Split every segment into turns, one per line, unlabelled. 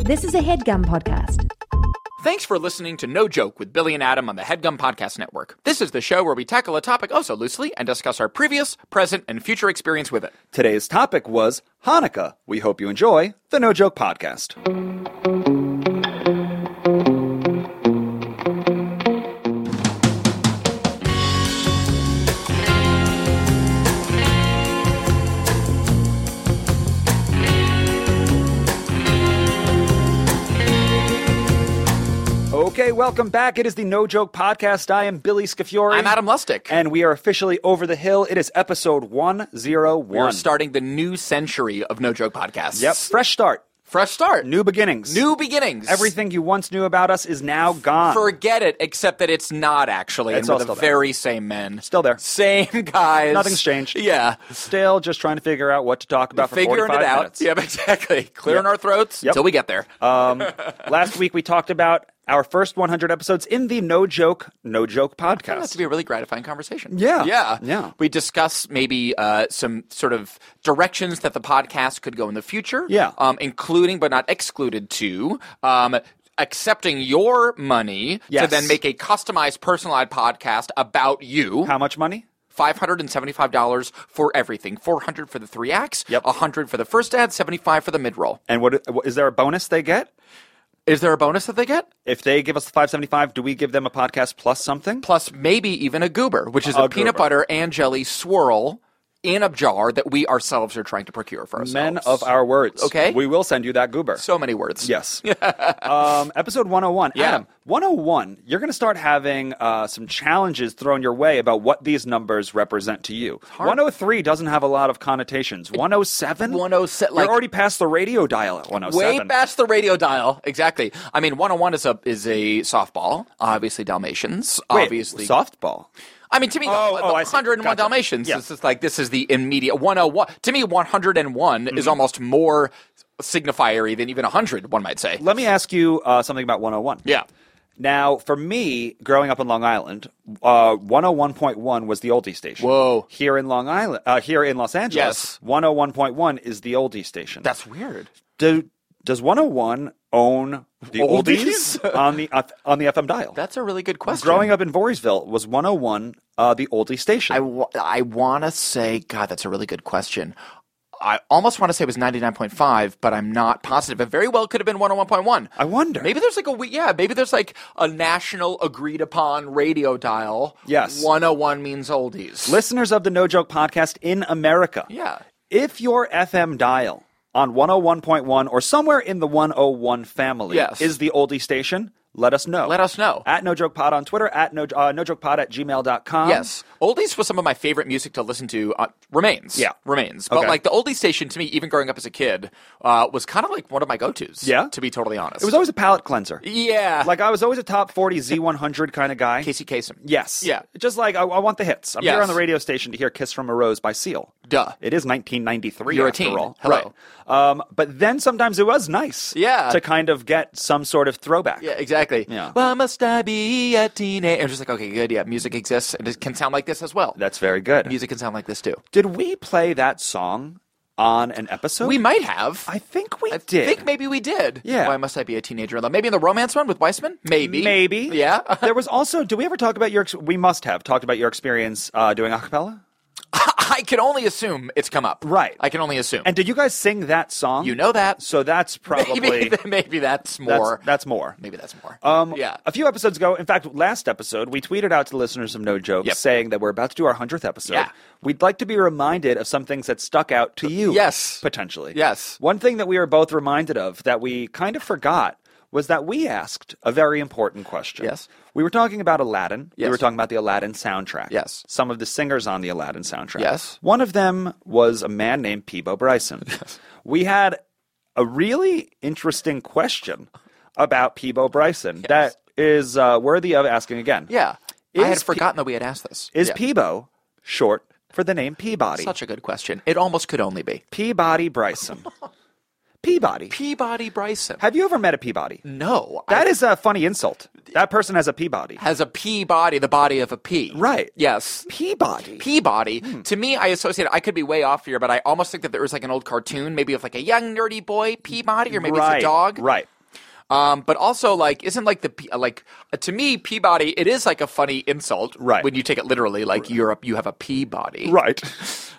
This is a headgum podcast.
Thanks for listening to No Joke with Billy and Adam on the HeadGum Podcast Network. This is the show where we tackle a topic oh so loosely and discuss our previous, present, and future experience with it.
Today's topic was Hanukkah. We hope you enjoy the No Joke Podcast. Okay, welcome back. It is the No Joke Podcast. I am Billy Scafiore.
I'm Adam Lustig.
And we are officially over the hill. It is episode 101.
We're starting the new century of No Joke Podcasts.
Yep, fresh start,
Fresh start.
new beginnings.
New beginnings.
Everything you once knew about us is now gone.
Forget it, except that it's not actually.
It's
and
all
we're the
still there.
very same men.
Still there.
Same guys.
Nothing's changed.
Yeah.
Still just trying to figure out what to talk about for
Figuring
45
it out.
minutes.
Yep, exactly. Clearing our throats
Yep.
until we get there.
Um, Last week we talked about our first 100 episodes in the No Joke No Joke
found that
podcast.
to be a really gratifying conversation.
Yeah.
yeah,
Yeah.
We discuss maybe uh, some sort of directions that the podcast could go in the future.
Yeah.
um, including but not excluded to. Um, Accepting your money to
Yes.
then make a customized, personalized podcast about you.
How much money?
Five hundred and seventy-five dollars for everything. Four hundred for the three acts.
Yep.
hundred for the first ad. Seventy-five for the mid-roll.
And what is there a bonus they get?
Is there a bonus that they get?
If they give us the 575, do we give them a podcast plus something?
plus maybe even a goober, which is a,
A
peanut
goober.
butter and jelly swirl in a jar that we ourselves are trying to procure for ourselves.
Men of our words.
Okay.
We will send you that goober.
so many words.
yes. um, episode 101.
Yeah.
Adam, 101, you're going to start having uh, some challenges thrown your way about what these numbers represent to you. 103 doesn't have a lot of connotations. 107?
107, like-
You're already past the radio dial at 107.
Way past the radio dial. Exactly. I mean, 101 is a is a softball. Obviously, Dalmatians.
Wait,
obviously,
softball.
I mean, to me,
Oh,
the,
oh, I see.
101
Gotcha.
Dalmatians.
Yeah.
It's just like this is the immediate 101. To me, 101 is
Mm-hmm.
almost more signifiary than even 100. One might say.
Let me ask you uh, something about 101.
Yeah.
Now, for me, growing up in Long Island, uh, 101.1 was the oldie station.
Whoa.
Here in Long Island, uh, here in Los Angeles,
Yes.
101.1 is the oldie station.
That's weird.
Do, does 101 own the
Oldies?
oldies, on the F- on the FM dial?
That's a really good question.
growing up in Voorheesville was 101 uh, the oldie station.
I, w- I want to say, God, that's a really good question. I almost want to say it was 99.5, but I'm not positive. It very well could have been 101.1.
I wonder.
Maybe there's like a, we- yeah, maybe there's like a national agreed upon radio dial.
Yes.
101 means oldies.
Listeners of the No Joke podcast in America.
Yeah.
If your FM dial on 101.1 or somewhere in the 101 family
Yes.
is the oldie station, let us know.
Let us know.
At No Joke Pod on Twitter, at no, uh, nojokepod at gmail.com.
Yes. Oldies was some of my favorite music to listen to. Uh, remains.
Yeah.
Remains. But
Okay.
like the oldies station to me, even growing up as a kid, uh, was kind of like one of my go tos.
Yeah?
To be totally honest.
It was always a palate cleanser.
yeah.
Like, I was always a top 40 Z100 kind of guy.
Casey Kasem.
Yes.
Yeah.
Just like, I, I want the hits. I'm
Yes.
here on the radio station to hear Kiss from a Rose by Seal.
Duh.
It is 1993
You're a
after
teen.
all.
Hello.
Right. Um, but then sometimes it was nice
Yeah.
to kind of get some sort of throwback.
Yeah, exactly.
Yeah.
Why must I be a teenager? Just like, okay, good. Yeah, music exists, and it can sound like this as well.
That's very good.
music can sound like this too.
Did we play that song on an episode?
We might have.
I think we
I
did.
think maybe we did.
Yeah.
Why must I be a teenager? in love? Maybe in the romance one with Weissman. Maybe.
Maybe.
Yeah.
there was also. Do we ever talk about your? ex- We must have talked about your experience uh, doing acapella.
I can only assume it's come up.
Right.
I can only assume.
And did you guys sing that song?
you know that.
So that's probably
maybe, maybe that's
that's,
more.
that's more.
maybe that's more.
Um,
yeah.
A few episodes ago, in fact, last episode, we tweeted out to the listeners of No Jokes
Yep.
saying that we're about to do our 100th episode.
Yeah.
We'd like to be reminded of some things that stuck out to you.
Yes.
Potentially.
Yes.
One thing that we were both reminded of that we kind of forgot was that we asked a very important question.
Yes.
We were talking about Aladdin.
Yes.
We were talking about the Aladdin soundtrack.
Yes.
Some of the singers on the Aladdin soundtrack.
Yes.
One of them was a man named Peebo Bryson. We had a really interesting question about Peebo Bryson that is uh, worthy of asking again.
Yeah. I had
Is P-
forgotten that we had asked this.
Is
yeah.
Peebo short for the name Peabody?
Such a good question. It almost could only be.
Peabody Bryson. Peabody.
Peabody Bryson.
Have you ever met a Peabody?
no, I-
That is a funny insult. That person has a Peabody.
has a pea body, the body of a pea.
Right. Hmm.
Yes.
Peabody.
Peabody. To me, I associate. I could be way off here, but I almost think that there was like an old cartoon, maybe of like a young nerdy boy Peabody, or maybe
Mm, right.
it's a dog.
Right.
Um, but also like, isn't like the P- like uh, to me Peabody? It is like a funny insult,
Right.
When you take it literally, like Europe, you have a Peabody,
Right.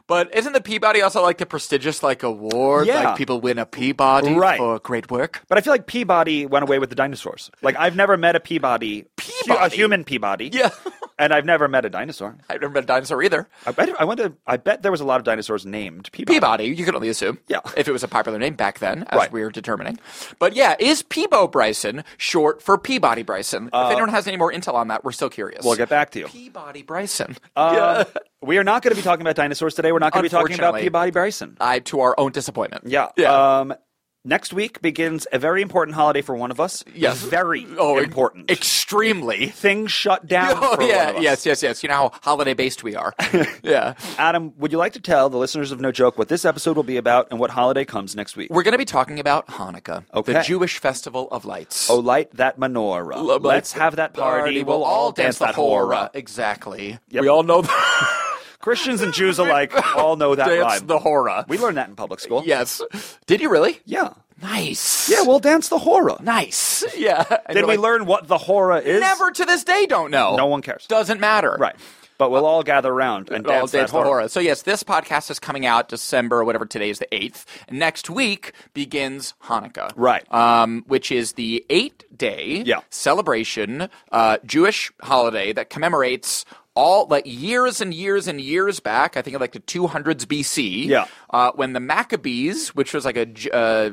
But isn't the Peabody also like the prestigious like award?
Yeah.
Like people win a Peabody
Right.
for great work.
But I feel like Peabody went away with the dinosaurs. Like I've never met a Peabody, hu- a
Peabody?
human Peabody.
Yeah.
And I've never met a dinosaur.
I've never been a dinosaur either.
I bet I wonder. I bet there was a lot of dinosaurs named Peabody.
Peabody, you can only assume.
Yeah.
If it was a popular name back then, as
Right.
we are determining. But yeah, is Peebo Bryson short for Peabody Bryson? if anyone has any more intel on that, we're still curious.
Uh, We'll get back to you.
Peabody Bryson.
Uh, We are not going to be talking about dinosaurs today. We're not going to be talking about
Unfortunately.
Peabody Bryson.
I, to our own disappointment.
Yeah.
Yeah.
Um, next week begins a very important holiday for one of us.
Yes.
Very
oh, e-
important.
Extremely.
Things shut down.
Oh,
for one
yeah.
of us.
Yes, yes, yes. You know how holiday based we are. yeah.
Adam, would you like to tell the listeners of No Joke what this episode will be about and what holiday comes next week?
We're going to be talking about Hanukkah, the
Okay.
Jewish festival of lights.
Oh, light that menorah.
Love
Let's
lights.
have that party. We'll, all dance, that horror.
Exactly.
Yep.
We all know the,
Christians and Jews alike all know that
dance
rhyme.
the horror.
we learned that in public school.
Yes. Did you really?
Yeah.
Nice.
Yeah, we'll dance the horror.
nice. Yeah. And
Did
you're
we
like,
learn what the horror is?
Never to this day don't know.
No one cares.
Doesn't matter.
Right. But we'll all gather around and
Uh, Well, dance
dance, that
the
horror.
horror. So yes, this podcast is coming out December or whatever. Today is the eighth. Next week begins Hanukkah,
Right.
Um, which is the eight-day
Yeah.
celebration uh, Jewish holiday that commemorates all like years and years and years back. I think like the 200s BC.
Yeah.
uh, when the Maccabees, which was like a J- uh,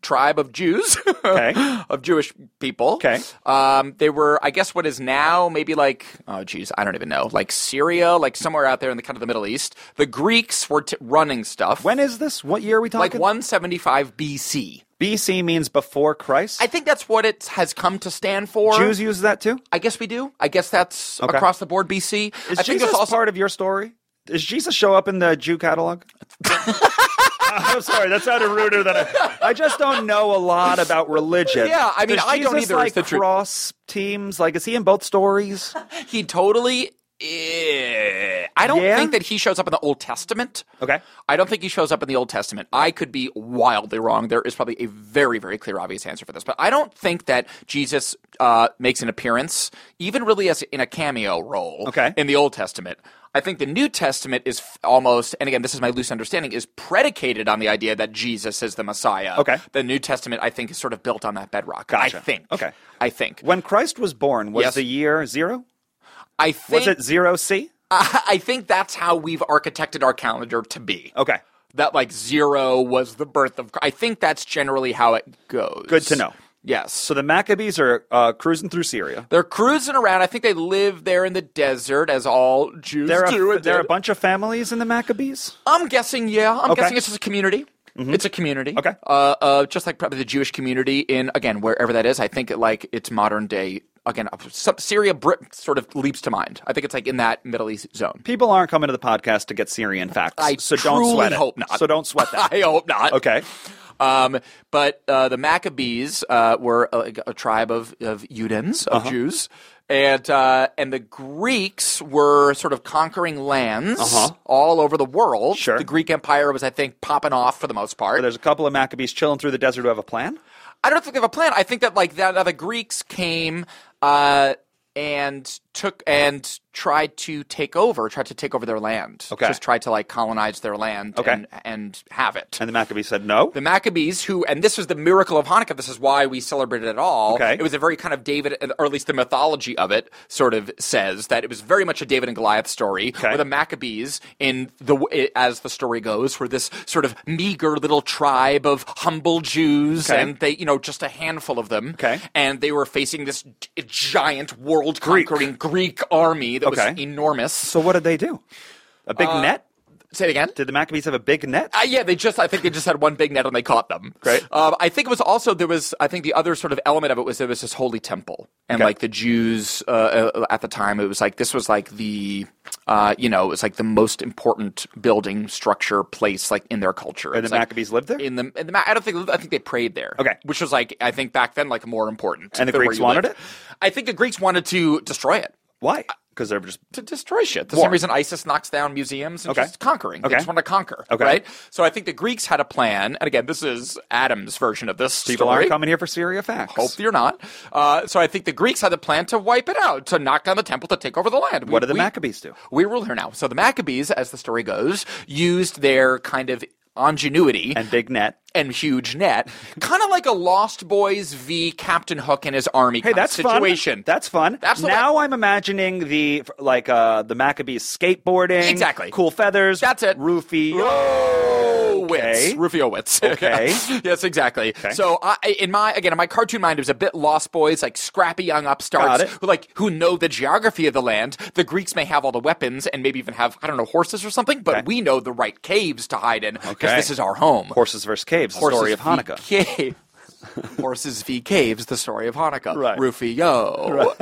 tribe of Jews, of Jewish people.
Okay.
Um, they were, I guess, what is now maybe like, oh, geez, I don't even know, like Syria, like somewhere out there in the kind of the Middle East. The Greeks were t- running stuff.
When is this? What year are we talking?
like 175 BC.
BC means before Christ.
I think that's what it has come to stand for.
Jews use that too.
I guess we do. I guess that's
Okay.
across the board BC.
Is
I think
Jesus
it's also
part of your story? Does Jesus show up in the Jew catalog? I'm sorry, that sounded ruder than I. I just don't know a lot about religion.
Yeah, I mean,
Does
I don't
Jesus,
either, is
Like
the truth.
cross teams, like is he in both stories?
he totally. eh, I don't
Yeah?
think that he shows up in the Old Testament.
Okay.
I don't think he shows up in the Old Testament. I could be wildly wrong. There is probably a very, very clear, obvious answer for this, but I don't think that Jesus uh, makes an appearance, even really as in a cameo role,
Okay.
in the Old Testament. I think the New Testament is f- almost, and again, this is my loose understanding, is predicated on the idea that Jesus is the Messiah.
Okay.
The New Testament, I think, is sort of built on that bedrock.
Gotcha.
I think.
Okay.
I think.
When Christ was born, was
Yes.
the year zero?
I
Was
think.
it zero C?
I think that's how we've architected our calendar to be.
Okay.
that like zero was the birth of. I think that's generally how it goes.
Good to know.
Yes.
So the Maccabees are uh, cruising through Syria.
they're cruising around. I think they live there in the desert, as all Jews
There
do.
are,
and
there are a
did.
bunch of families in the Maccabees.
I'm guessing, yeah. I'm
Okay. Mm-hmm.
guessing it's just a community. It's a community.
Okay.
Uh, uh, just like probably the Jewish community in, again, wherever that is. I think like it's modern day, again, some, Syria Brit sort of leaps to mind. I think it's like in that Middle East zone.
People aren't coming to the podcast to get Syrian facts,
I
so don't
truly
sweat it.
hope not.
So don't sweat that.
I hope not.
Okay.
Um, but uh, the Maccabees uh, were a, a tribe of of Udins
Uh-huh.
of Jews, and uh, and the Greeks were sort of conquering lands
Uh-huh.
all over the world.
Sure.
the Greek Empire was, I think, popping off for the most part.
There's a couple of Maccabees chilling through the desert who have a plan.
I don't think they have a plan. I think that like that, that the Greeks came uh, and took and tried to take over, tried to take over their land.
Okay.
just tried to like colonize their land
Okay.
and, and have it.
And the Maccabees said no.
the Maccabees, who, and this was the miracle of Hanukkah. This is why we celebrate it at all.
Okay.
It was a very kind of David, or at least the mythology of it, sort of says that it was very much a David and Goliath story,
Okay.
where the Maccabees, in the as the story goes, were this sort of meager little tribe of humble Jews,
Okay.
and they, you know, just a handful of them.
Okay.
And they were facing this g- giant, world conquering Greek. army that
Okay.
was enormous.
So what did they do? A big net?
Say it again.
Did the Maccabees have a big net?
Uh, yeah, they just, Uh, I think they just had one big net and they caught them.
Great.
Um, I think it was also, there was, I think the other sort of element of it was there was this holy temple. And
Okay.
like the Jews uh, uh, at the time, it was like, this was like the, Uh, you know, it's like the most important building, structure, place like in their culture.
And
It's
the
like-
Maccabees lived there?
In the, in the Ma- I don't think I think they prayed there.
Okay.
which was like I think back then like more important.
And the
than where
Greeks
you
wanted
lived.
it?
I think the Greeks wanted to destroy it.
Why? Because they're just
To destroy shit. The
War.
same reason ISIS knocks down museums and
Okay.
just conquering. They
Okay.
just want to conquer.
Okay.
Right? So I think the Greeks had a plan. And again, this is Adam's version of this
people
story.
aren't coming here for Syria facts.
Hope you're not. Uh, so I think the Greeks had the plan to wipe it out, to knock down the temple, to take over the land. We-
What do the
we-
Maccabees do?
We rule here now. So the Maccabees, as the story goes, used their kind of ingenuity
and Big Net.
and huge net, kind of like a Lost Boys v Captain Hook and his army
Hey,
kind of
that's
situation.
fun. That's fun.
That's the
now I'm imagining the like uh the Maccabees skateboarding.
Exactly.
Cool feathers.
That's it.
Roofie.
Rufio-witz.
Okay.
Rufio-witz.
Okay.
yes, exactly. So I, in my again, in my cartoon mind, it was a bit Lost Boys, like scrappy young
Got
upstarts
it.
who like who know the geography of the land. The Greeks may have all the weapons and maybe even have I don't know horses or something, but
Okay.
we know the right caves to hide in because
Okay.
this is our home.
Horses versus caves. the
Horses
story of
v.
Hanukkah.
Cave. Horses v caves, the story of Hanukkah.
Right.
Rufio.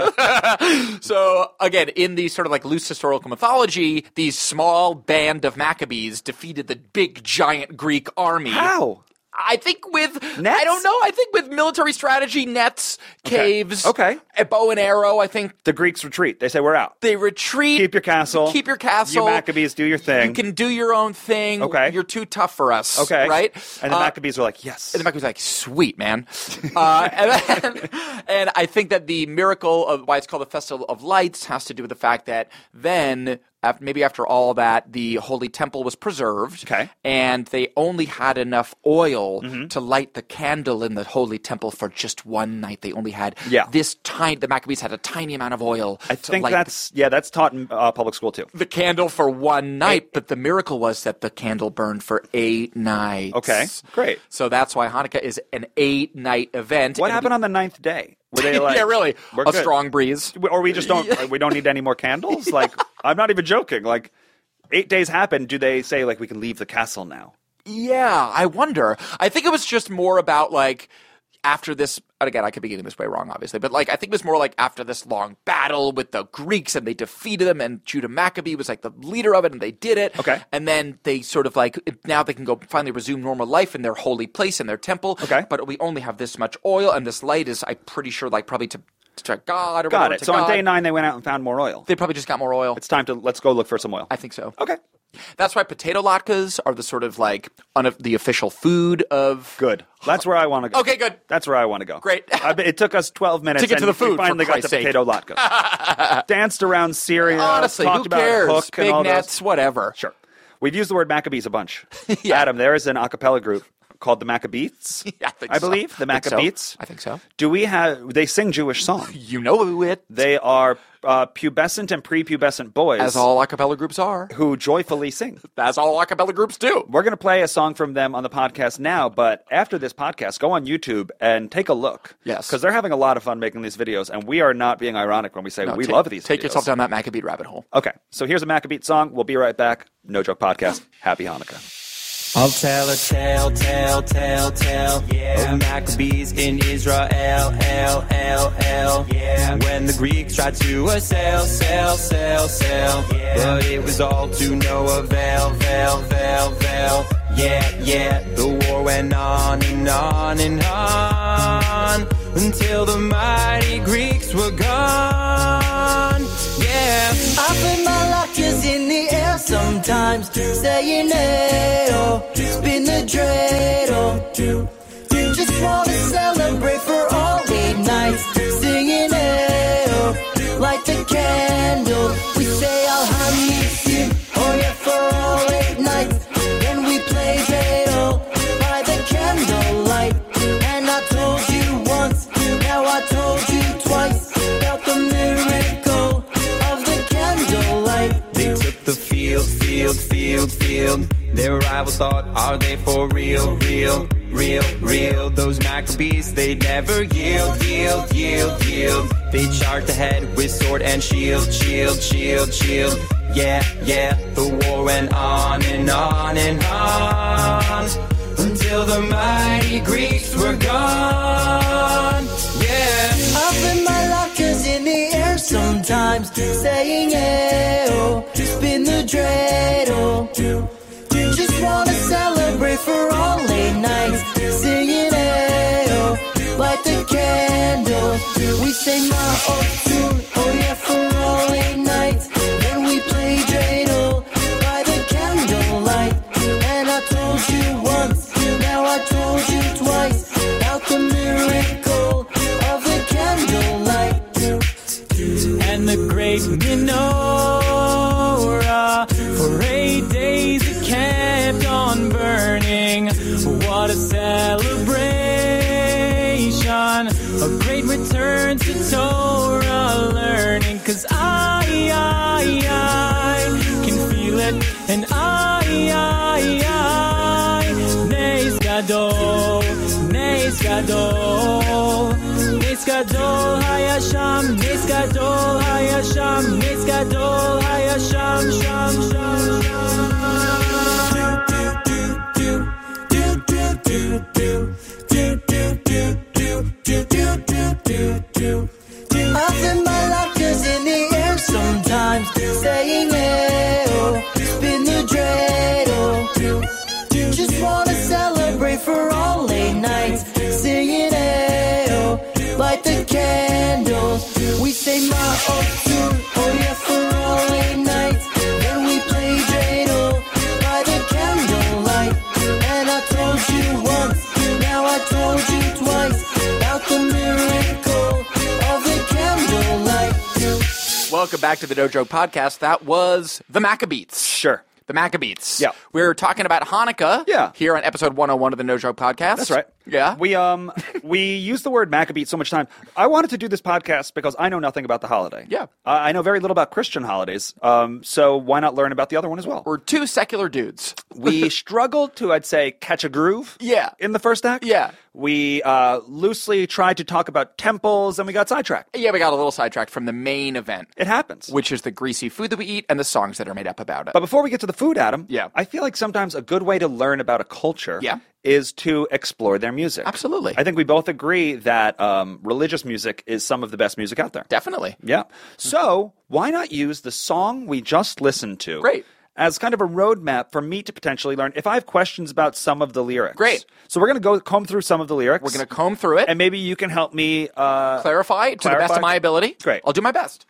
so again, in the sort of like loose historical mythology, these small band of Maccabees defeated the big giant Greek army.
How?
I think with
Nets?
I don't know. I think with military strategy, nets, caves,
Okay.
a bow and arrow. I think
The Greeks retreat. They say we're out.
they retreat.
Keep your castle.
Keep your castle.
You Maccabees do your thing.
You can do your own thing.
Okay.
You're too tough for us.
okay.
Right.
And the
Uh,
Maccabees were like, yes.
and the Mackey's like, sweet, man. Uh, and, then- and I think that the miracle of why it's called the Festival of Lights has to do with the fact that then, after, maybe after all that, the Holy Temple was preserved.
Okay. Mm-hmm.
And they only had enough oil to light the candle in the Holy Temple for just one night. They only had
Yeah.
this tiny, the Maccabees had a tiny amount of oil.
I
to
think
light
that's yeah, that's taught in uh, public school too.
the candle for one night, but the miracle was that the candle burned for eight nights.
Okay, great.
So that's why Hanukkah is an eight night event.
What happened on the ninth day? Were they like,
yeah, really.
we're
a
good.
strong breeze.
We- or we just don't we don't need any more candles like i'm not even joking like eight days happen do they say like we can leave the castle now
Yeah, I wonder. I think it was just more about like after this. And again, I could be getting this way wrong, obviously, but like I think it was more like after this long battle with the Greeks and they defeated them, and Judah Maccabee was like the leader of it, and they did it.
Okay.
and then they sort of like now they can go finally resume normal life in their holy place in their temple.
Okay.
but we only have this much oil, and this light is I'm pretty sure like probably to to God or
got
whatever,
it
to
so on
God.
day nine they went out and found more oil
they probably just got more oil.
it's time to let's go look for some oil
I think so.
okay
That's why potato latkes are the sort of like un- the official food of
good that's where i want to go
Okay, good.
that's where i want to go
Great.
I bet it took us 12 minutes
To get to
and
the food,
we finally
for
got to
Christ's sake.
potato latkes danced around syria
Honestly,
talked
who
about
cares?
hook
Big
and all those.
nets, whatever.
Sure. We've used the word Maccabees a bunch. Adam, there is an a cappella group called the Maccabees.
Yeah, I think so.
believe. The
I think so.
Maccabees.
I think so.
Do we have they sing Jewish songs?
You know it,
they are uh, pubescent and prepubescent boys
as all a cappella groups are.
who joyfully sing.
As all a cappella groups do.
We're going to play a song from them on the podcast now, but after this podcast, go on YouTube and take a look.
Yes.
Because they're having a lot of fun making these videos, and we are not being ironic when we say
No,
we
take-
love these
Take
videos.
yourself down that Maccabee rabbit hole.
Okay, so here's a Maccabee song. We'll be right back. No Joke Podcast. Happy Hanukkah.
I'll tell a tale, tale, tale, tale. Yeah. Of Maccabees in Israel, L, L, L. Yeah. When the Greeks tried to assail, sail, sail, sail. Yeah. But it was all to no avail, veil, veil, veil. Yeah, yeah. The war went on and on and on until the mighty Greeks were gone. Yeah.
I put my latkes in the air sometimes, saying hey oh, spin the dreidel. oh, Just wanna celebrate for all eight nights, singing hey oh, light the candle. We say Alhamdulillah, oh yeah, for all eight nights. Then we play dreidel by the candlelight. And I told you once, now I told you twice about the miracle of the candlelight.
They took the field, field, field, field. Their rivals thought, are they for real, real, real, real? Those Maccabees, they never yield, yield, yield, yield. They charged ahead with sword and shield, shield, shield, shield. Yeah, yeah, the war went on and on and on until the mighty Greeks were gone. Yeah.
Up in my lockers in the air sometimes, saying hey oh, spin the dreidel. Just wanna celebrate for all late nights, singing hey light the candles. We sing my old tune, oh yeah, for all late nights. Then we play dreidel by the candlelight, and I told you once, now I told you twice about the miracle of the candlelight.
and the great menorah. For eight days it kept on burning. What a celebration! A great return to Torah learning. Cause I, I, I can feel it, and I, I, I, Nes Gadol, Nes Gadol, Nes Gadol Hayasham, Nes Gadol Hayasham, Nes Gadol Hayasham, Sham, Sham, Sham.
Up in my lockers in the air sometimes, saying hey oh, spin the dreidel. Just wanna celebrate for all late nights, singing hey light the candles. We sing my old tune, oh yeah, for all late nights. Then we play dreidel by the candlelight. And I told you once, now I told you twice about the miracle of the candlelight.
Welcome back to the No Joke Podcast. That was the Maccabees.
Sure.
The Maccabees.
Yeah.
We're talking about Hanukkah
Yeah.
here on episode 101 of the No Joke Podcast.
That's right.
Yeah.
We um we use the word Maccabee so much time. I wanted to do this podcast because I know nothing about the holiday.
Yeah.
I I know very little about Christian holidays. Um, so why not learn about the other one as well?
We're two secular dudes.
We struggled to, I'd say, catch a groove.
Yeah.
In the first act.
Yeah.
We uh, loosely tried to talk about temples, and we got sidetracked.
Yeah, we got a little sidetracked from the main event,
It happens.
which is the greasy food that we eat and the songs that are made up about it.
But before we get to the food, Adam,
Yeah.
I feel like sometimes a good way to learn about a culture
Yeah.
is to explore their music.
Absolutely.
I think we both agree that um, religious music is some of the best music out there.
Definitely.
Yeah. So why not use the song we just listened to
Great.
as kind of a roadmap for me to potentially learn if I have questions about some of the lyrics?
Great.
So we're going to go comb through some of the lyrics.
We're going to comb through it
and
and
maybe you can help me. Uh,
clarify to the best
clarify.
of my ability.
Great.
I'll do my best.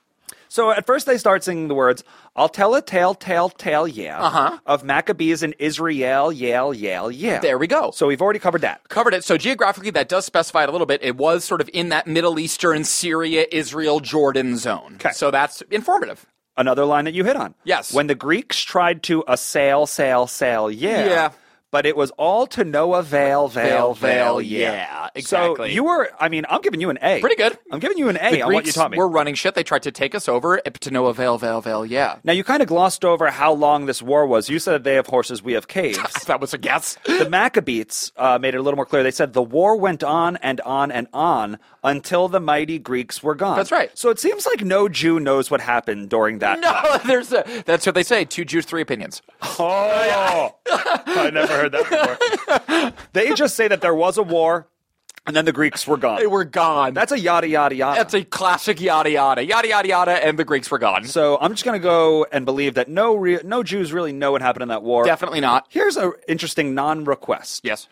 so at first they start singing the words, "I'll tell a tale, tale, tale, yeah, uh-huh. of Maccabees in Israel, Yale, Yale, yeah."
There we go.
So we've already covered that.
covered it. So geographically, that does specify it a little bit. It was sort of in that Middle Eastern, Syria, Israel, Jordan zone.
'Kay.
So that's informative.
Another line that you hit on.
Yes.
When the Greeks tried to assail, sail, sail, yeah.
Yeah.
But it was all to no avail, veil,
Veil,
veil,
veil, yeah,
So
exactly.
you were, I mean, I'm giving you an A.
Pretty good.
I'm giving you an A
The
on what you
Greeks
taught me.
were running shit. They tried to take us over eh, to no avail, veil, veil. Yeah,
Now, you kind of glossed over how long this war was. You said they have horses, we have caves.
that was a guess.
the Maccabees uh, made it a little more clear. They said the war went on and on and on until the mighty Greeks were gone.
That's right.
So it seems like no Jew knows what happened during that time.
No, there's a, that's what they say. Two Jews, three opinions.
Oh, I never heard that before. they just say that there was a war, and then the Greeks were
They
gone.
were gone.
That's a yada yada yada.
that's a classic yada yada yada yada yada, and the Greeks were gone.
so I'm just gonna go and believe that no re- no Jews really know what happened in that war.
Definitely not.
Here's an interesting non-request.
Yes.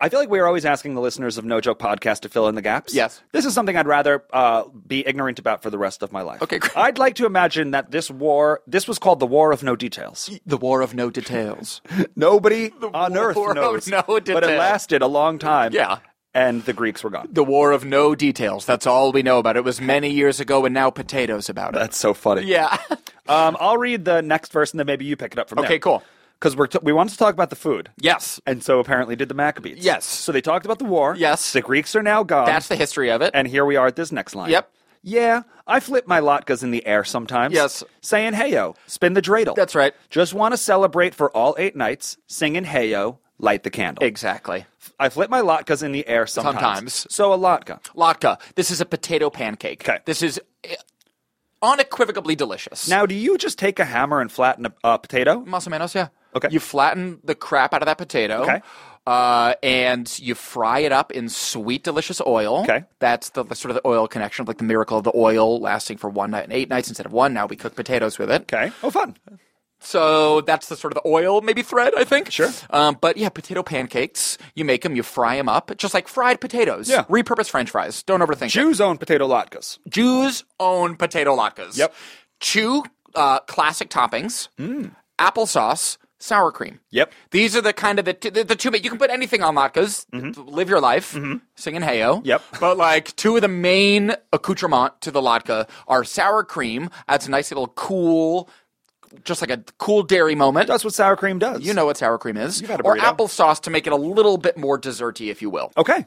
I feel like we're always asking the listeners of No Joke Podcast to fill in the gaps.
Yes.
This is something I'd rather uh, be ignorant about for the rest of my life.
Okay, great.
I'd like to imagine that this war, this was called the War of No Details.
The war of no details.
Nobody on earth
war of
knows.
no
But it
detail.
lasted a long time.
Yeah.
And the Greeks were gone.
the war of no details. That's all we know about it. It was many years ago, and now potatoes about it.
That's so funny.
yeah.
Um, I'll read the next verse and then maybe you pick it up from there.
Okay, cool.
Because we're t- we wanted to talk about the food.
yes.
And so apparently did the Maccabees.
Yes.
So they talked about the war.
Yes.
The Greeks are now gone.
That's the history of it.
and here we are at this next line.
Yep.
Yeah, I flip my latkes in the air sometimes.
Yes.
Saying heyo, spin the dreidel.
That's right.
Just want to celebrate for all eight nights, singing heyo, light the candle.
exactly.
I flip my latkes in the air sometimes.
Sometimes.
So a latke.
Latke. This is a potato pancake.
'Kay.
This is eh, unequivocally delicious.
Now, do you just take a hammer and flatten a, a potato?
Más o menos, yeah.
Okay.
You flatten the crap out of that potato.
Okay.
Uh, and you fry it up in sweet, delicious oil.
Okay.
That's the, the sort of the oil connection, like the miracle of the oil lasting for one night and eight nights instead of one. Now we cook potatoes with it.
Okay. Oh, fun.
So that's the sort of the oil maybe thread, I think.
Sure.
Um, but yeah, potato pancakes. You make them, you fry them up, just like fried potatoes.
Yeah.
Repurpose French fries. Don't overthink it.
Jews own potato latkes.
Jews own potato latkes.
Yep.
Two uh, classic toppings: applesauce, sour cream.
Mm. Yep.
These are the kind of the the, the two. You can put anything on latkes. Live your life, singing heyo.
Mm-hmm. Yep.
But like two of the main accoutrement to the latke are sour cream. Adds a nice little cool, just like a cool dairy moment.
That's what sour cream does.
you know what sour cream is,
You've had a
or
burrito. Oh.
applesauce to make it a little bit more desserty, if you will.
Okay.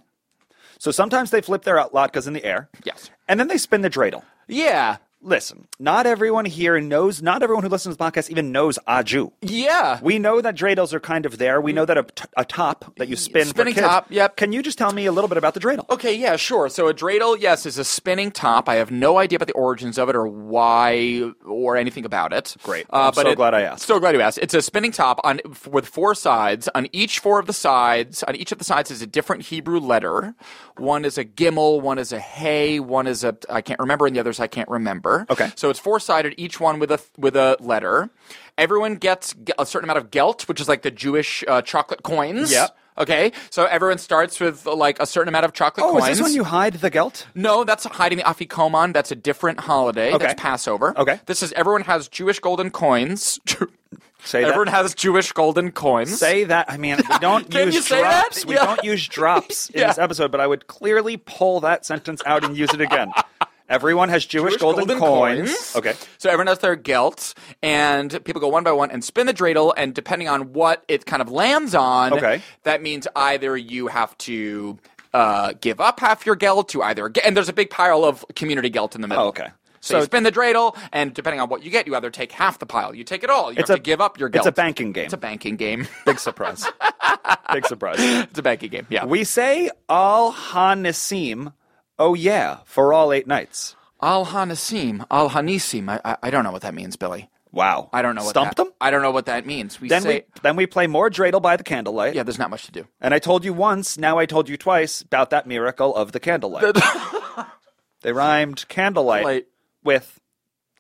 So sometimes they flip their latkes in the air.
Yes.
And then they spin the dreidel.
Yeah,
Listen, not everyone here knows, not everyone who listens to this podcast even knows Aju.
yeah.
We know that dreidels are kind of there. We know that a, t- a top that you spin
Spinning
for kids.
top, yep.
Can you just tell me a little bit about the dreidel?
Okay, yeah, sure. So a dreidel, yes, is a spinning top. I have no idea about the origins of it or why or anything about it. Uh,
Great. I'm so
it-
glad I asked.
So glad you asked. It's a spinning top on f- with four sides. On each four of the sides, on each of the sides is a different Hebrew letter. One is a gimel, one is a hay, one is a I can't remember, and the others I can't remember.
Okay.
So it's four sided, each one with a with a letter. Everyone gets ge- a certain amount of gelt, which is like the Jewish uh, chocolate coins.
Yep.
Okay, so everyone starts with like a certain amount of chocolate
Oh,
coins.
is this when you hide the gelt?
No, that's hiding the Afikoman. That's a different holiday.
Okay.
That's Passover.
Okay.
This is everyone has Jewish golden coins.
Say
everyone
that.
has Jewish golden coins.
Say that. I mean, we don't
Can
use
you say that?
drops. We
Yeah.
don't use drops in
Yeah.
this episode, but I would clearly pull that sentence out and use it again. Everyone has Jewish, golden, coins. Okay.
So everyone has their gelt, and people go one by one and spin the dreidel, and depending on what it kind of lands on,
Okay.
that means either you have to uh, give up half your gelt to either, get, and there's a big pile of community gelt in the middle.
Oh, okay.
So, you
So-
spin the dreidel, and depending on what you get, you either take half the pile, you take it all, you
It's
have
a-
to give up your
it's
gelt.
a banking game.
It's a banking game.
Big surprise. Big surprise.
it's a banking game. Yeah.
We say Al Hanisim, oh yeah, for all eight nights.
Al Hanasim, Al Hanisim. I, I I don't know what that means, Billy.
Wow.
I don't know. What
Stumped
that,
them?
I don't know what that means. We
Then
say.
we then we play more dreidel by the candlelight.
yeah, there's not much to do.
And I told you once, now I told you twice about that miracle of the candlelight. they rhymed candlelight
Light.
with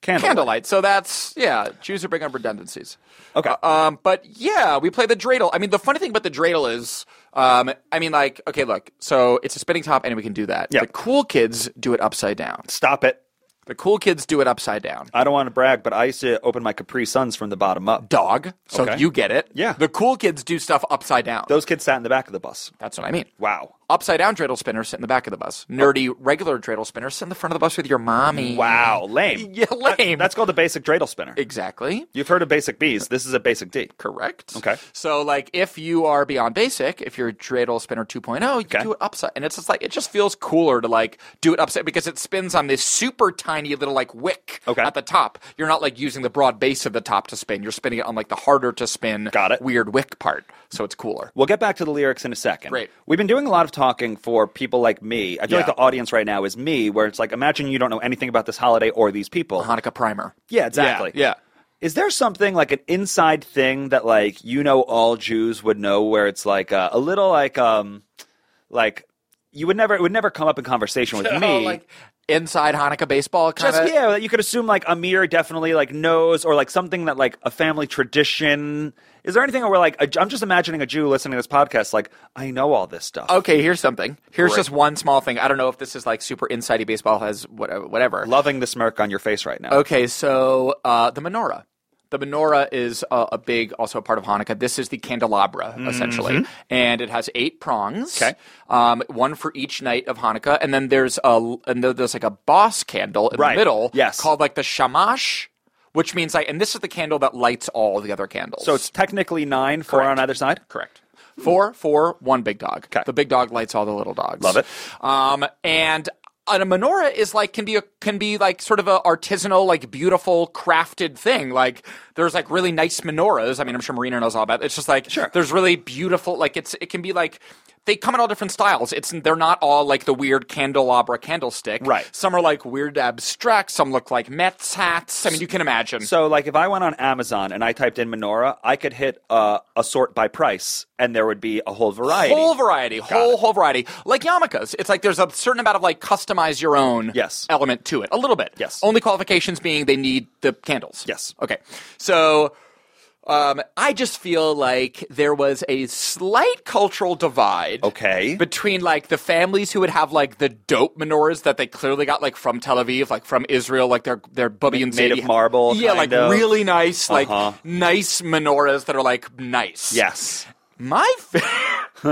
candlelight.
Candlelight. So that's yeah. Choose to bring up redundancies.
Okay.
Um, but yeah, we play the dreidel. I mean, the funny thing about the dreidel is, um, I mean, like, okay, look, so it's a spinning top, and we can do that.
Yeah.
The cool kids do it upside down.
Stop it.
The cool kids do it upside down.
I don't want to brag, but I used to open my Capri Suns from the bottom up.
Dog. So
Okay.
you get it.
Yeah.
The cool kids do stuff upside down.
Those kids sat in the back of the bus.
that's what I mean.
Wow.
Upside down dreidel spinners sit in the back of the bus. Nerdy regular dreidel spinners sit in the front of the bus with your mommy.
Wow. Lame.
Yeah, lame.
That's called a basic dreidel spinner.
exactly.
You've heard of basic Bs. This is a basic D.
Correct.
Okay.
So, like, if you are beyond basic, if you're a dreidel spinner 2.0, you
Okay.
do it upside. And it's just like, it just feels cooler to, like, do it upside because it spins on this super tiny little, like, wick
Okay.
at the top. You're not, like, using the broad base of the top to spin. You're spinning it on, like, the harder to spin,
Got it.
weird wick part. So it's cooler.
We'll get back to the lyrics in a second.
Great.
We've been doing a lot of talking for people like me. I feel Yeah. like the audience right now is me, where it's like, imagine you don't know anything about this holiday or these people.
Hanukkah primer.
Yeah, exactly.
Yeah.
Is there something like an inside thing that like you know all Jews would know where it's like uh, a little like um like you would never it would never come up in conversation with
Oh,
me.
like, inside Hanukkah baseball kind
just
of.
yeah, you could assume like Amir definitely like knows or like something that like a family tradition. Is there anything where like a, I'm just imagining a Jew listening to this podcast like I know all this stuff.
Okay, here's something. Here's
Great.
just one small thing. I don't know if this is like super insidey baseball has whatever. whatever.
Loving the smirk on your face right now.
Okay, so uh, the menorah. The menorah is a, a big, also a part of Hanukkah. This is the candelabra, essentially, and it has eight prongs.
Mm-hmm. Okay.
um, one for each night of Hanukkah, and then there's a and there- there's like a boss candle in
Right.
the middle,
Yes.
called like the shamash, which means like, and this is the candle that lights all the other candles.
So it's technically nine, four
Correct.
on either side.
Correct. Four, four, one big dog.
'Kay.
The big dog lights all the little dogs.
Love it.
Um, and and a menorah is like can be a can be like sort of a artisanal, like beautiful, crafted thing. Like there's like really nice menorahs. I mean, I'm sure Marina knows all about. It. It's just like
Sure.
there's really beautiful. Like it's it can be like they come in all different styles. It's they're not all like the weird candelabra candlestick.
Right.
Some are like weird abstract. Some look like Mets hats. I mean, you can imagine.
So, like, if I went on Amazon and I typed in menorah, I could hit uh, a sort by price, and there would be a whole variety.
Whole variety, whole whole variety, like yarmulkes. It's like there's a certain amount of like customize your own
Yes.
element to it, a little bit.
Yes.
Only qualifications being they need the candles.
Yes.
Okay. So, um, I just feel like there was a slight cultural divide.
Okay.
Between like the families who would have like the dope menorahs that they clearly got like from Tel Aviv, like from Israel, like their their Bubby and
made of
Sadie-
marble,
yeah,
kind
like
of.
really nice, like
Uh-huh.
nice menorahs that are like nice.
yes.
my fa-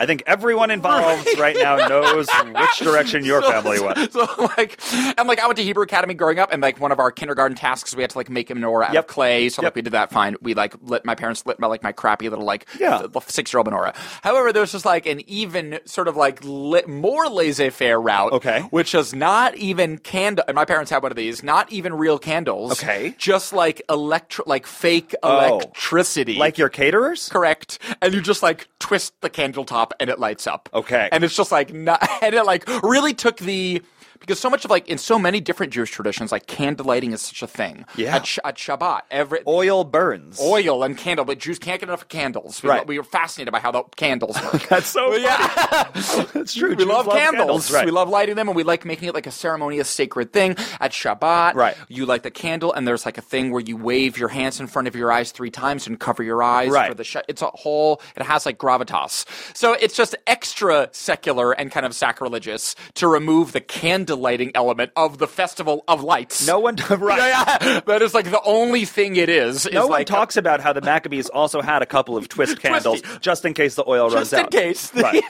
I think everyone involved right now knows which direction your family went.
So like, and like I went to Hebrew Academy growing up, and like one of our kindergarten tasks we had to like make a menorah out
Yep.
of clay. So
Yep.
like we did that fine. We like lit my parents lit my like my crappy little like
Yeah.
six year old menorah. However, there's just like an even sort of like lit, more laissez faire route,
Okay.
which is not even candle. And my parents had one of these, not even real candles,
Okay.
just like electro like fake
Oh.
electricity,
Like your caterers?
correct and you just like twist the candle top and it lights up
Okay.
and it's just like not, and it like really took the because so much of like in so many different jewish traditions like candle lighting is such a thing
Yeah. Oh.
at, Sh- at shabbat every
Oil burns.
oil and candle but jews can't get enough candles we,
Right.
we were fascinated by how the candles work
That's so funny.
yeah
That's true.
we
Jews
love, candles.
Right.
We love lighting them, and we like making it like a ceremonious, sacred thing. At Shabbat,
Right.
you light the candle, and there's like a thing where you wave your hands in front of your eyes three times and cover your eyes
Right.
for the. Sh- it's a whole. It has like gravitas, so it's just extra secular and kind of sacrilegious to remove the candle lighting element of the festival of lights.
No one. Right.
Yeah, yeah. that is like the only thing it is. is
No one
like
talks about how the Maccabees also had a couple of twist candles just in case the oil runs
Just in
out.
case.
Right.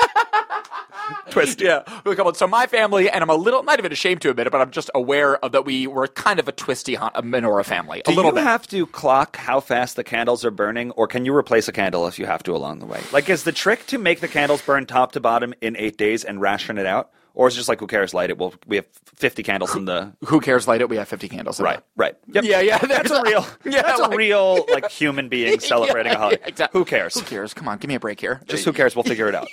twist. Yeah. We come on. So my family and I'm a little not even ashamed to admit it, but I'm just aware of that we were kind of a twisty hon- a menorah family.
Do
a little
you
bit.
have to clock how fast the candles are burning, or can you replace a candle if you have to along the way? Like, is the trick to make the candles burn top to bottom in eight days and ration it out, or is it just like who cares, light it? Well, we have fifty candles in the
Who cares? Light it. We have 50 candles. in
right,
it.
right. Yep.
Yeah, yeah.
That's a real,
Yeah,
that's
like-
a real like human being celebrating a
Yeah,
holiday.
yeah, exactly.
Who cares?
Who cares? Come on, give me a break here.
Just who cares? We'll figure it out.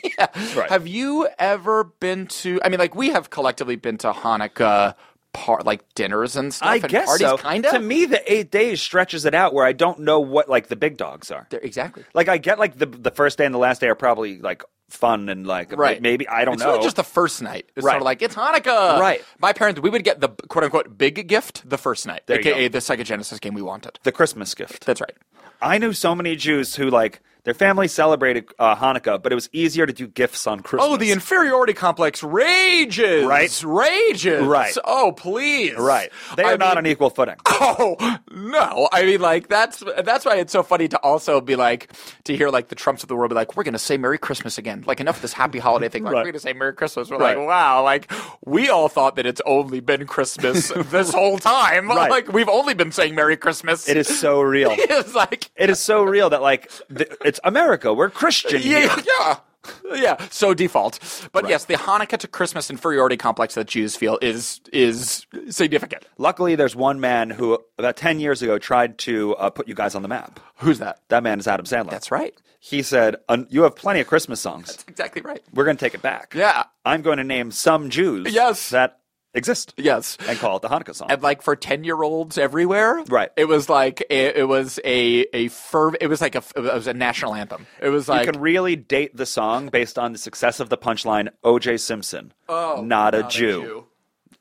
Right.
Have you ever been to? I mean, like we have collectively been to Hanukkah. Par, like dinners and stuff
I
and
guess
parties
so.
kind of
To me, the eight days stretches it out where I don't know what like the big dogs are.
exactly
Like I get like the the first day and the last day are probably like fun and like
Right.
maybe I don't
it's
know.
really just the first night. It's sort
Right.
of like, it's Hanukkah.
Right.
My parents, we would get the quote unquote big gift the first night,
There you
aka
go.
the Psychogenesis game we wanted.
the Christmas gift.
That's right.
I knew so many Jews who like their family celebrated uh, Hanukkah, but it was easier to do gifts on Christmas.
Oh, the inferiority complex rages.
Right.
Rages.
Right.
Oh, please.
right? They are
I
not
mean-
on equal footing.
Oh no! I mean, like that's that's why it's so funny to also be like to hear like the Trumps of the world be like, we're gonna say Merry Christmas again. Like enough of this happy holiday thing. Like
Right.
we're gonna say Merry Christmas. We're
Right.
like, wow! Like we all thought that it's only been Christmas this whole time.
Right.
Like we've only been saying Merry Christmas.
It is so real.
it's like
It is so real that like th- it's America. We're Christian.
yeah,
here.
yeah. Yeah, so default. But yes, the Hanukkah to Christmas inferiority complex that Jews feel is is significant.
Luckily, there's one man who about ten years ago tried to uh, put you guys on the map.
Who's that?
That man is Adam Sandler.
That's right.
He said, "Un- "You have plenty of Christmas songs.
Exactly right.
We're going to take it back.
Yeah.
I'm going to name some Jews.
Yes.
that exist.
Yes.
and call it the Hanukkah song.
and like for 10 year olds everywhere
Right.
it was like it, it was a a ferv it was like a it was a national anthem it was like
you can really date the song based on the success of the punchline "O.J. Simpson,
Oh,
not, a, Jew.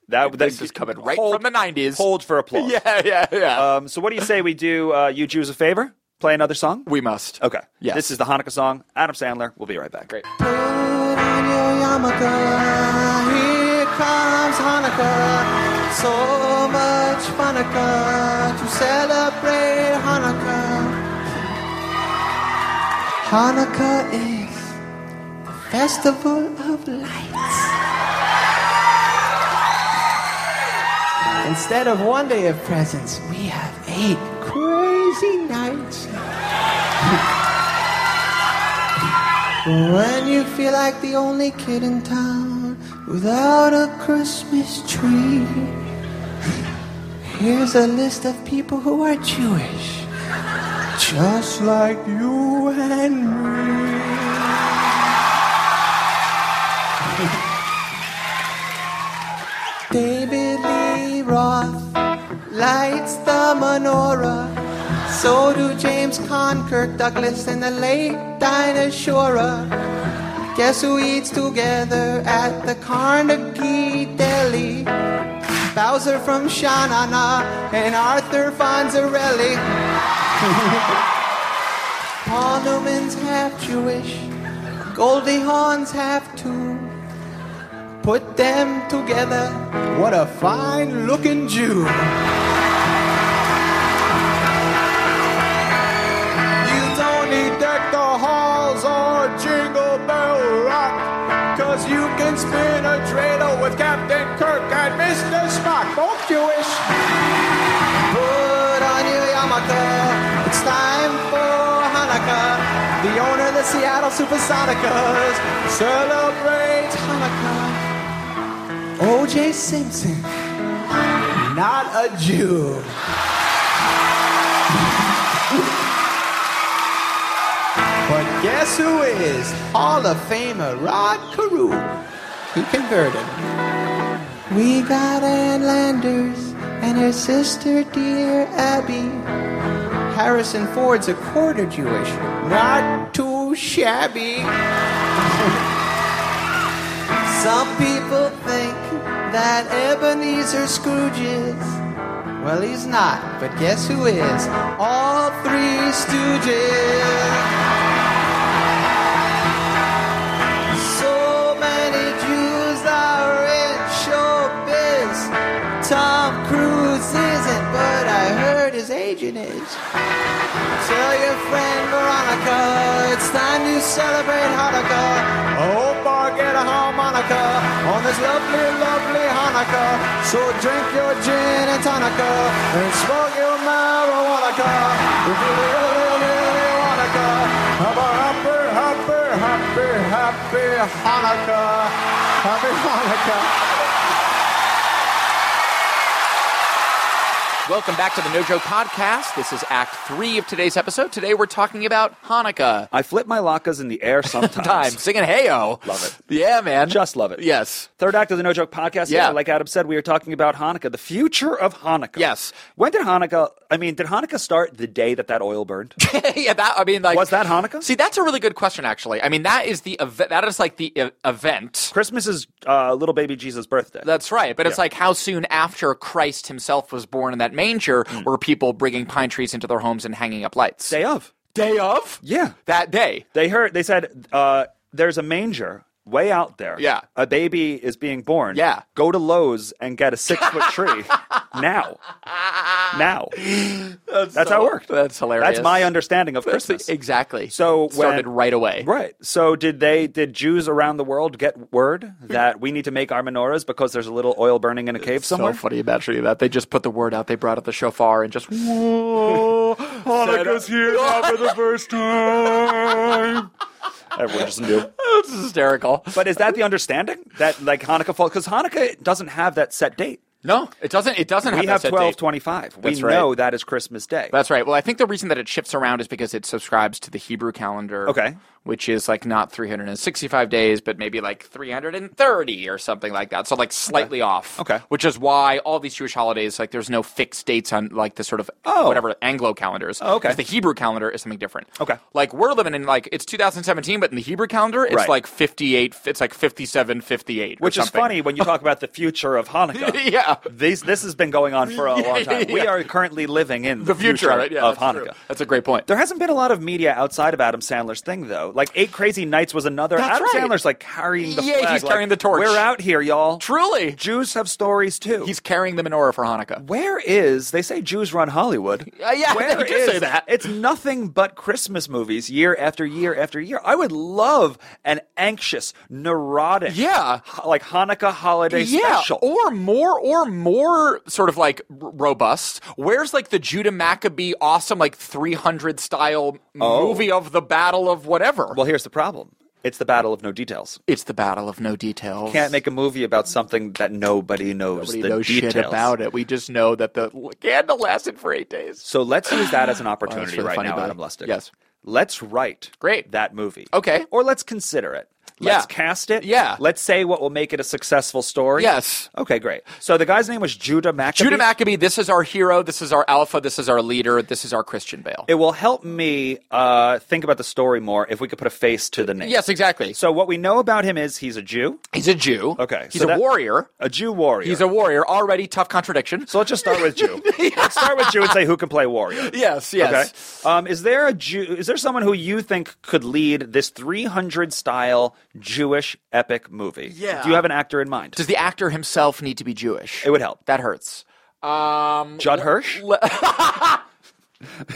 That
this
that-
is coming right
hold-
from the 90s
Hold for applause.
yeah yeah yeah
Um, so what do you say we do uh, you Jews a favor? Play another song.
we must
Okay.
Yes.
This is the Hanukkah song. Adam Sandler. We'll be right back.
Great.
Put on your yarmulke. Here comes Hanukkah. So much Hanukkah to celebrate Hanukkah. Hanukkah is the festival of lights. Instead of one day of presents, we have eight crazy nights. When you feel like the only kid in town without a Christmas tree, here's a list of people who are Jewish, just like you and me.
David Lee Roth lights the menorah. So do James Conn, Kirk Douglas, and the late Dinah Shore. Guess who eats together at the Carnegie Deli? Bowser from Shanana and Arthur Fonzarelli. Paul Newman's half Jewish, Goldie Hawn's half too. Put them together. What a fine looking Jew. You don't need deck the halls or jingle bell rock. Cause you can spin a dreidel with Captain Kirk and Mr. Spock, both Jewish. Put on your yarmulke. It's time for Hanukkah. The owner of the Seattle Supersonicas celebrates Hanukkah. O.J. Simpson, not a Jew. But guess who is Hall of Famer Rod Carew? He converted. We got Ann Landers and her sister, dear Abby. Harrison Ford's a quarter Jewish, not too shabby. Some people think that Ebenezer Scrooge is. Well, he's not, but guess who is? All three Stooges. So many Jews are in showbiz. Tom Cruise isn't, but I heard his agent is. Tell your friend Veronica it's time you celebrate Hanukkah. Oh, bar get a harmonica on this lovely, lovely Hanukkah. So drink your gin and tonica and smoke your marijuana. If you really, really wanna go, have a happy, happy, happy, happy Hanukkah. Happy Hanukkah.
Welcome back to the No Joke Podcast. This is Act Three of today's episode. Today we're talking about Hanukkah.
I flip my latkes in the air sometimes.
Time singing "Heyo."
Love
it. Yeah, man.
Just love it.
Yes.
Third act of the No Joke podcast.
Yeah.
Yeah. Like Adam said, we are talking about Hanukkah, the future of Hanukkah.
Yes.
When did Hanukkah, I mean, did Hanukkah start the day that that oil burned?
yeah, that I mean, like
Was that Hanukkah?
See, that's a really good question, actually. I mean, that is the ev- that is like the e- event.
Christmas is uh, little baby Jesus' birthday.
That's right, but it's like how soon after Christ himself was born in that manger
Hmm.
were people bringing pine trees into their homes and hanging up lights?
day of.
Day of?
Yeah.
That day.
They heard, they said, uh, there's a manger way out there.
Yeah.
A baby is being born.
Yeah.
Go to Lowe's and get a six foot tree now. Now. That's, how it worked.
That's hilarious.
That's my understanding of
That's the-
Christmas.
Exactly.
So
It started
when-
right away.
Right. So did they did Jews around the world get word that we need to make our menorahs because there's a little oil burning in a cave somewhere?
So funny imagining that. They just put the word out. They brought out the shofar and just. Hanukkah's
here now for the first time. Everyone just knew.
That's hysterical.
But is that the understanding that like Hanukkah falls because Hanukkah doesn't have that set date?
No, it doesn't. It doesn't
We
have,
have
that set
twelve
date.
twenty five. We
That's right.
know that is Christmas Day.
That's right. Well, I think the reason that it shifts around is because it subscribes to the Hebrew calendar.
Okay.
Which is like not 365 days, but maybe like 330 or something like that. So like slightly off.
Okay.
Which is why all these Jewish holidays, like there's no fixed dates on like the sort of
Oh.
whatever Anglo calendars.
Oh, okay.
'Cause The Hebrew calendar is something different.
Okay.
Like we're living in like it's 2017, but in the Hebrew calendar, it's
Right.
like 58. It's like 57, 58. or
Which is
something.
funny when you talk about the future of Hanukkah.
yeah.
These, this has been going on for a long time. We
yeah.
are currently living in the,
The future of it. Yeah.
of
that's
Hanukkah.
true. That's a great point.
There hasn't been a lot of media outside of Adam Sandler's thing, though. Like Eight Crazy Nights was another.
That's
Adam
right.
Sandler's like carrying the
Yeah,
flag,
he's
like,
carrying the torch.
We're out here, y'all.
Truly.
Jews have stories too.
He's carrying the menorah for Hanukkah.
where is they say Jews run Hollywood?
Uh, yeah,
Where
they do
is-
say that.
It's nothing but Christmas movies year after year after year. I would love an anxious, neurotic,
Yeah.
ha- like Hanukkah holiday
yeah,
special.
or more, or more sort of like r- robust. Where's like the Judah Maccabee awesome like 300 style
Oh.
movie of the Battle of whatever?
well, here's the problem. It's the battle of no details.
it's the Battle of No Details.
Can't make a movie about something that nobody knows
Nobody
the
knows
details
shit about it. We just know that the l- candle lasted for eight days.
So let's use that as an opportunity
really
right
funny,
now,
buddy.
Adam Lustig.
Yes.
Let's write
Great.
that movie.
Okay.
Or let's consider it. Let's
Yeah.
cast it.
Yeah.
Let's say what will make it a successful story.
Yes.
Okay, great. So the guy's name was Judah Maccabee.
Judah Maccabee, this is our hero. This is our alpha. This is our leader. This is our Christian Bale.
It will help me uh, think about the story more if we could put a face to the name.
yes, exactly. So
So what we know about him is he's a Jew,
he's a Jew.
Okay,
He's
so
a
that-
warrior.
a Jew warrior.
He's a warrior. Already tough contradiction.
So let's just start with Jew. Let's start with Jew and say who can play warrior.
Yes, yes.
Okay. Um, is there a Jew? Is there someone who you think could lead this 300 style Jewish epic movie?
Yeah.
Do you have an actor in mind?
Does the actor himself need to be Jewish?
It would help.
That hurts. Um,
Judd Hirsch?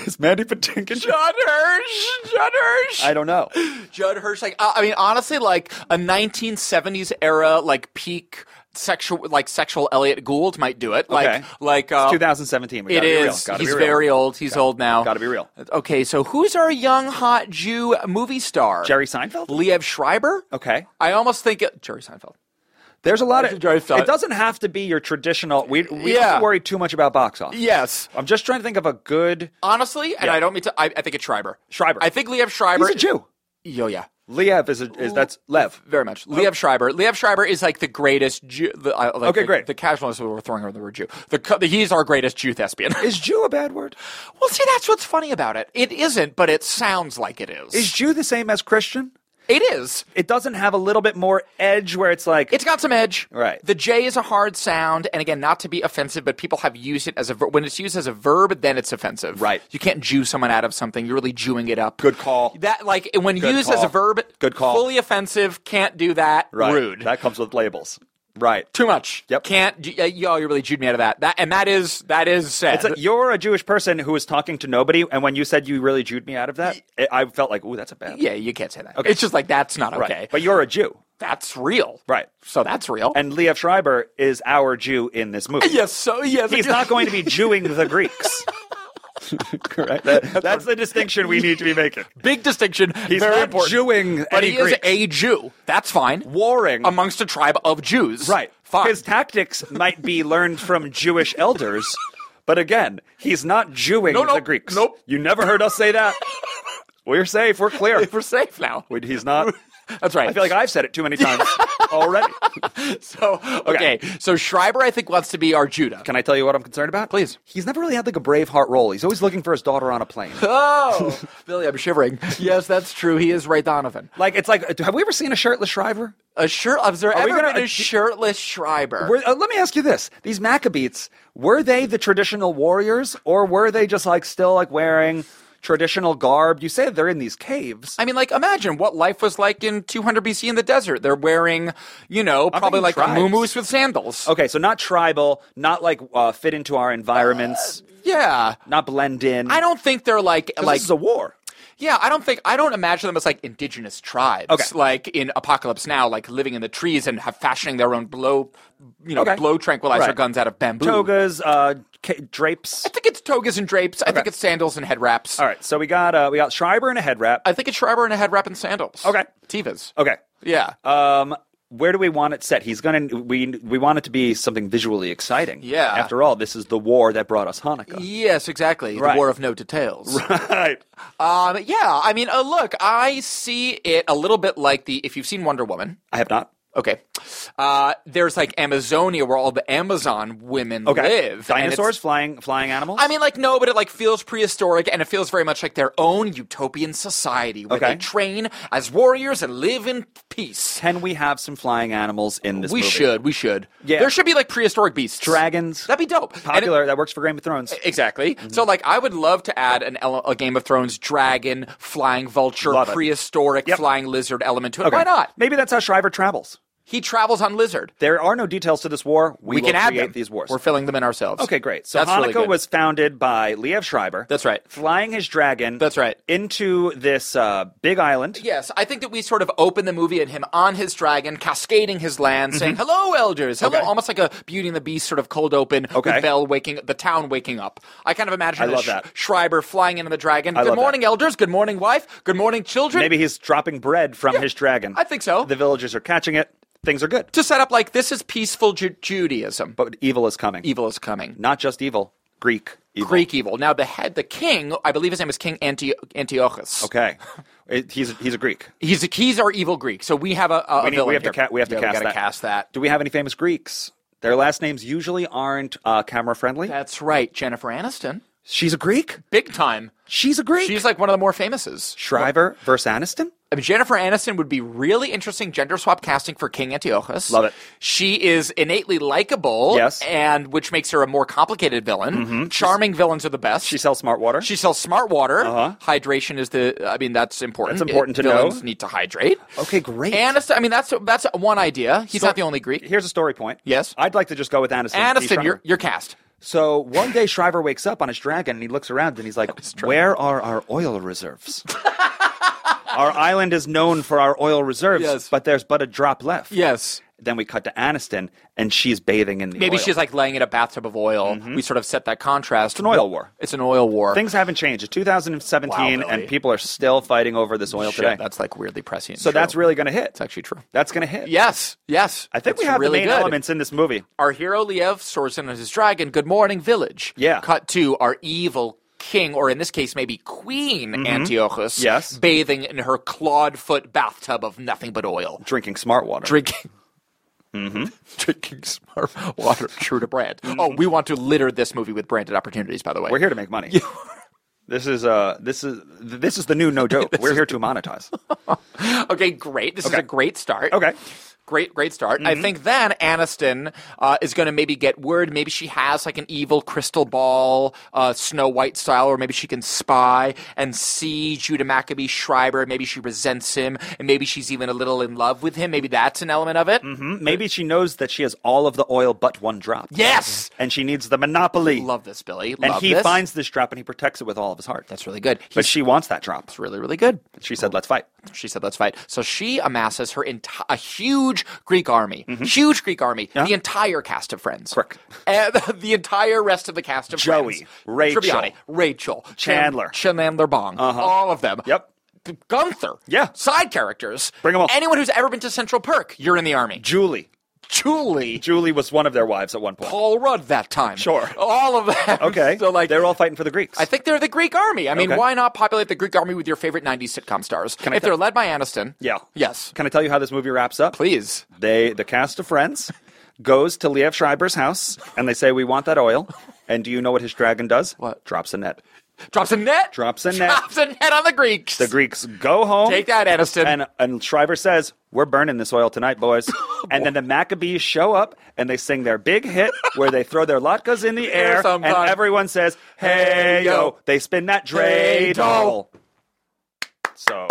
is Mandy Patinkin?
Judd Hirsch. Judd Hirsch.
I don't know.
Judd Hirsch. Like, uh, I mean, honestly, like a 1970s era, like peak sexual, like sexual Elliot Gould might do it. Like,
Okay.
like uh,
It's 2017. We
It
gotta be real.
is.
Gotta
He's
be real.
very old. He's old now.
gotta be real.
Okay, so who's our young hot Jew movie star?
Jerry Seinfeld?
Liev Schreiber.
Okay.
I almost think it, Jerry Seinfeld.
There's a lot
I
of.
just thought-
It doesn't have to be your traditional. We, we
Yeah.
don't worry too much about box office.
Yes.
I'm just trying to think of a good.
Honestly, and I don't mean to. I, I think it's Schreiber.
Schreiber.
I think Liev Schreiber.
He's a Jew.
Yo, yeah.
Liev is a, is that's Lev.
Very much. Liev Schreiber. Liev Schreiber is like the greatest Jew. The, I like
Okay,
the,
great.
The casualness we're throwing around the word Jew. The, co- the, he's our greatest Jew thespian.
Is Jew a bad word?
well, see, that's what's funny about it. It isn't, but it sounds like it is.
Is Jew the same as Christian?
it is.
It doesn't have a little bit more edge where it's like
It's got some edge.
Right.
The J is a hard sound, and again, not to be offensive, but people have used it as a ver- when it's used as a verb, then it's offensive.
Right.
You can't Jew someone out of something. You're really Jewing it up.
Good call.
That like when
Good
used
call.
as a verb,
Good call.
Fully offensive. Can't do that.
right,
Rude.
That comes with labels. Right.
Too much.
Yep.
Can't. y- y- Y'all, you really Jewed me out of that. That and that is that is said.
It's like you're a Jewish person who is talking to nobody, and when you said you really Jewed me out of that, it, I felt like, ooh, that's a bad.
yeah, you can't say that. It's just like that's not
Right.
okay.
But you're a Jew,
that's real.
Right.
So that's real.
and Liev Schreiber is our Jew in this movie.
yes. So yes.
He's not going to be Jewing the Greeks. Correct. That- that's the distinction we need to be making.
Big distinction.
He's
very
not
important.
Jewing
but
any
he is
Greeks.
a Jew. That's fine.
warring
amongst a tribe of Jews.
Right.
Fine.
His tactics might be learned from Jewish elders, but again, he's not Jewing
No, no,
the Greeks.
nope.
You never heard us say that. We're safe. We're clear.
We're safe now.
Wait, He's not.
That's right.
I feel like I've said it too many times already.
so okay. So Schreiber, I think, wants to be our Judah.
Can I tell you what I'm concerned about?
Please.
He's never really had like a Braveheart role. He's always looking for his daughter on a plane.
Oh, Billy, I'm shivering. Yes, that's true. He is Ray Donovan.
like it's like, have we ever seen a shirtless Shriver?
A shirt. Has there ever
we gonna-
been a shirtless Schreiber?
Were, uh, let me ask you this: These Maccabees were they the traditional warriors, or were they just like still like wearing traditional garb? You say they're in these caves.
I mean, like, imagine what life was like in 200 BC in the desert. They're wearing, you know, probably
thinking
like
tribes.
muumuus with sandals.
Okay, so not tribal, not like uh, fit into our environments,
Yeah.
not blend in.
Uh, I don't think they're like like
this is a war.
Yeah, I don't think I don't imagine them as like indigenous tribes,
Okay.
like in Apocalypse Now, like living in the trees and have fashioning their own blow, you know,
Okay.
blow tranquilizer
Right.
guns out of bamboo.
Togas, uh, ca- drapes.
I think it's togas and drapes. I think it's sandals and head wraps.
All right, so we got uh, we got Schreiber and a head wrap.
I think it's Schreiber and a head wrap and sandals.
Okay. Uh,
tivas.
Okay,
Yeah,
um, where do we want it set? He's gonna we we want it to be something visually exciting.
Yeah.
After all, this is the war that brought us Hanukkah.
yes, exactly.
Right.
The War of No Details.
Right.
Um, yeah, I mean, uh, look, I see it a little bit like the if you've seen Wonder Woman.
I have not.
Okay. Uh, there's like Amazonia where all the Amazon women
Okay.
live. and it's-
Dinosaurs, flying flying animals.
I mean, like no, but it like feels prehistoric, and it feels very much like their own utopian society where
Okay.
they train as warriors and live in peace.
can we have some flying animals in this?
we
movie?
should, we should.
Yeah.
there should be like prehistoric beasts,
Dragons.
That'd be dope. And E, it-
popular. that works for Game of Thrones.
Exactly.
Mm-hmm.
So, like, I would love to add an ele- a Game of Thrones dragon, flying vulture,
Love it.
prehistoric
Yep.
flying lizard element to it. Why not?
Maybe that's how Shriver travels.
He travels on lizard.
There are no details to this war. We,
We,
will
can add
create
them.
these wars.
We're filling them in ourselves.
okay, great. So
That's
Hanukkah
really good.
was founded by Liev Schreiber.
That's right.
Flying his dragon.
That's right.
Into this uh, big island.
Yes, I think that we sort of open the movie at him on his dragon, cascading his land, saying "Hello, elders." Hello,
Mm-hmm. Okay.
almost like a Beauty and the Beast sort of cold open
Okay.
with Belle waking the town waking up. I kind of imagine
I
a
love
Sh-
that.
Schreiber flying in on the dragon.
I
good
love that.
morning, elders. Good morning, wife. Good morning, children.
Maybe he's dropping bread from his dragon.
I think so.
The villagers are catching it. Things are good.
to set up like this is peaceful Ju- Judaism, but
But evil is coming.
evil is coming.
Not just evil. Greek Evil.
Greek evil. Now the head, the king, I believe his name is King Anti- Antiochus.
Okay, It- he's he's a Greek.
He's the keys are evil Greek. So we have a, a
We, need-
villain
we have to
here.
ca- we have to
Yeah,
cast,
gotta
that.
cast that.
Do we have any famous Greeks? Their last names usually aren't uh, camera friendly.
That's right, Jennifer Aniston,
She's a Greek.
big time.
She's a Greek.
She's like one of the more famouses.
Shriver versus Aniston.
I mean, Jennifer Aniston would be really interesting gender swap casting for King Antiochus.
Love it.
She is innately likable,
Yes. Mm-hmm.
and which makes her a more complicated villain. Charming villains are the best.
She sells smart water.
She sells smart water. Hydration is the. I mean, that's important.
Uh-huh. That's important
It-
to know.
villains need to hydrate.
Okay, great.
Aniston. I mean, that's that's one idea. He's
So-
not the only Greek.
Here's a story point.
Yes.
I'd like to just go with Aniston. He's
Aniston,
Shriver.
you're you're cast.
So one day Shriver wakes up on his dragon and he looks around and he's like, "Where are our oil reserves? our island is known for our oil reserves,
Yes.
but there's but a drop left."
Yes.
Then we cut to Aniston and she's bathing in the
Maybe
oil. Mm-hmm.
she's like laying in a bathtub of oil. We sort of set that contrast. It's
an oil war.
It's an oil war.
Things haven't changed. It's 2017
Wow, really?
and people are still fighting over this oil
Shit,
today.
That's like weirdly prescient.
so
and true.
that's really going to hit.
It's actually true.
That's going to hit.
Yes, yes.
I think we
It's
have
really
the main
good.
elements in this movie.
Our hero Liev soars in on his dragon. Good morning, village.
Yeah.
Cut to our evil king, or in this case, maybe queen Antiochus.
Mm-hmm. Yes.
Bathing in her clawed foot bathtub of nothing but oil,
Drinking smart water.
drinking.
Mm-hmm.
Drinking smart water, true to brand. Oh, we want to litter this movie with branded opportunities. By the way,
We're here to make money. this is uh this is this is the new no joke. We're here to monetize.
Okay, great. This is
Okay.
a great start.
Okay. Mm-hmm.
Great, great start. I think then Aniston uh, is going to maybe get word. Maybe she has like an evil crystal ball, uh, Snow White style, or maybe she can spy and see Judah Maccabee Schreiber. Maybe she resents him, and maybe she's even a little in love with him. Maybe that's an element of it.
Mm, Maybe she knows that she has all of the oil but one drop.
Yes,
And she needs the monopoly.
love this, Billy.
and
Love
he
this.
finds this drop and he protects it with all of his heart.
that's really good.
but
He's
she wants that drop.
really, really good.
She said, "Let's fight."
She said, "Let's fight." So she amasses her enti- a huge Greek army, huge Greek army, the entire cast of Friends,
Mm-hmm. Correct.
and the entire rest of the cast of
Joey,
Friends,
Rachel.
Tribbiani, Rachel, Chan-
Chandler. Uh-huh.
Chandler Bong, all of them.
Yep.
Gunther,
Yeah.
side characters,
Bring 'em all.
Anyone who's ever been to Central Perk, you're in the army.
Julie.
Julie,
Julie was one of their wives at one point.
Paul Rudd, that time,
Sure.
all of them.
Okay.
so like
they're all fighting for the Greeks.
I think they're the Greek army. I mean,
Okay.
why not populate the Greek army with your favorite '90s sitcom stars?
I
if
tell-
they're led by Aniston,
Yeah.
yes,
Can I tell you how this movie wraps up?
please.
They the cast of Friends goes to Liev Schreiber's house and they say, "We want that oil." And do you know what his dragon does?
What?
Drops a net.
Drops a net.
Drops a net.
Drops a net on the Greeks.
The Greeks go home.
Take that, Aniston.
And, and Shriver says, We're burning this oil tonight, boys. and then the Maccabees show up and they sing their big hit where they throw their latkes in the air and
sometime.
everyone says, Hey, yo. They spin that dreidel.
Dreidel.
So,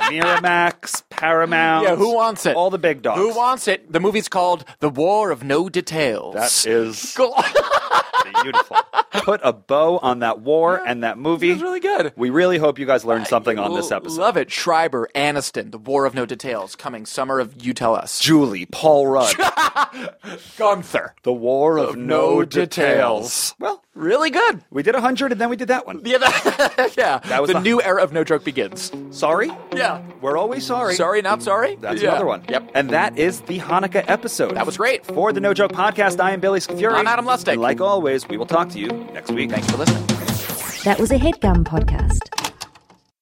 Miramax, Paramount.
yeah, who wants it?
um, All the big dogs.
Who wants it? The movie's called The War of No Details.
That is
Cool.
beautiful. Put a bow on that war and that movie.
It's really good.
We really hope you guys learned something on this episode.
Love it. Schreiber, Aniston, The War of No Details, coming summer of You Tell Us.
Julie, Paul Rudd.
Gunther.
The War of, No,
no
details.
details.
Well,
Really good.
we did 100 and then we did that one.
Yeah, that, yeah.
was
the,
the-
new era of No Joke begins.
Sorry?
Yeah.
We're always sorry.
Sorry, not sorry.
That's
Yeah.
another one.
Yep.
And that is the Hanukkah episode.
That was great.
For the No Joke Podcast, I am Billy Scafuri.
I'm Adam Lustig.
And like always, we will talk to you next week.
Thanks for listening.
That was a headgum podcast.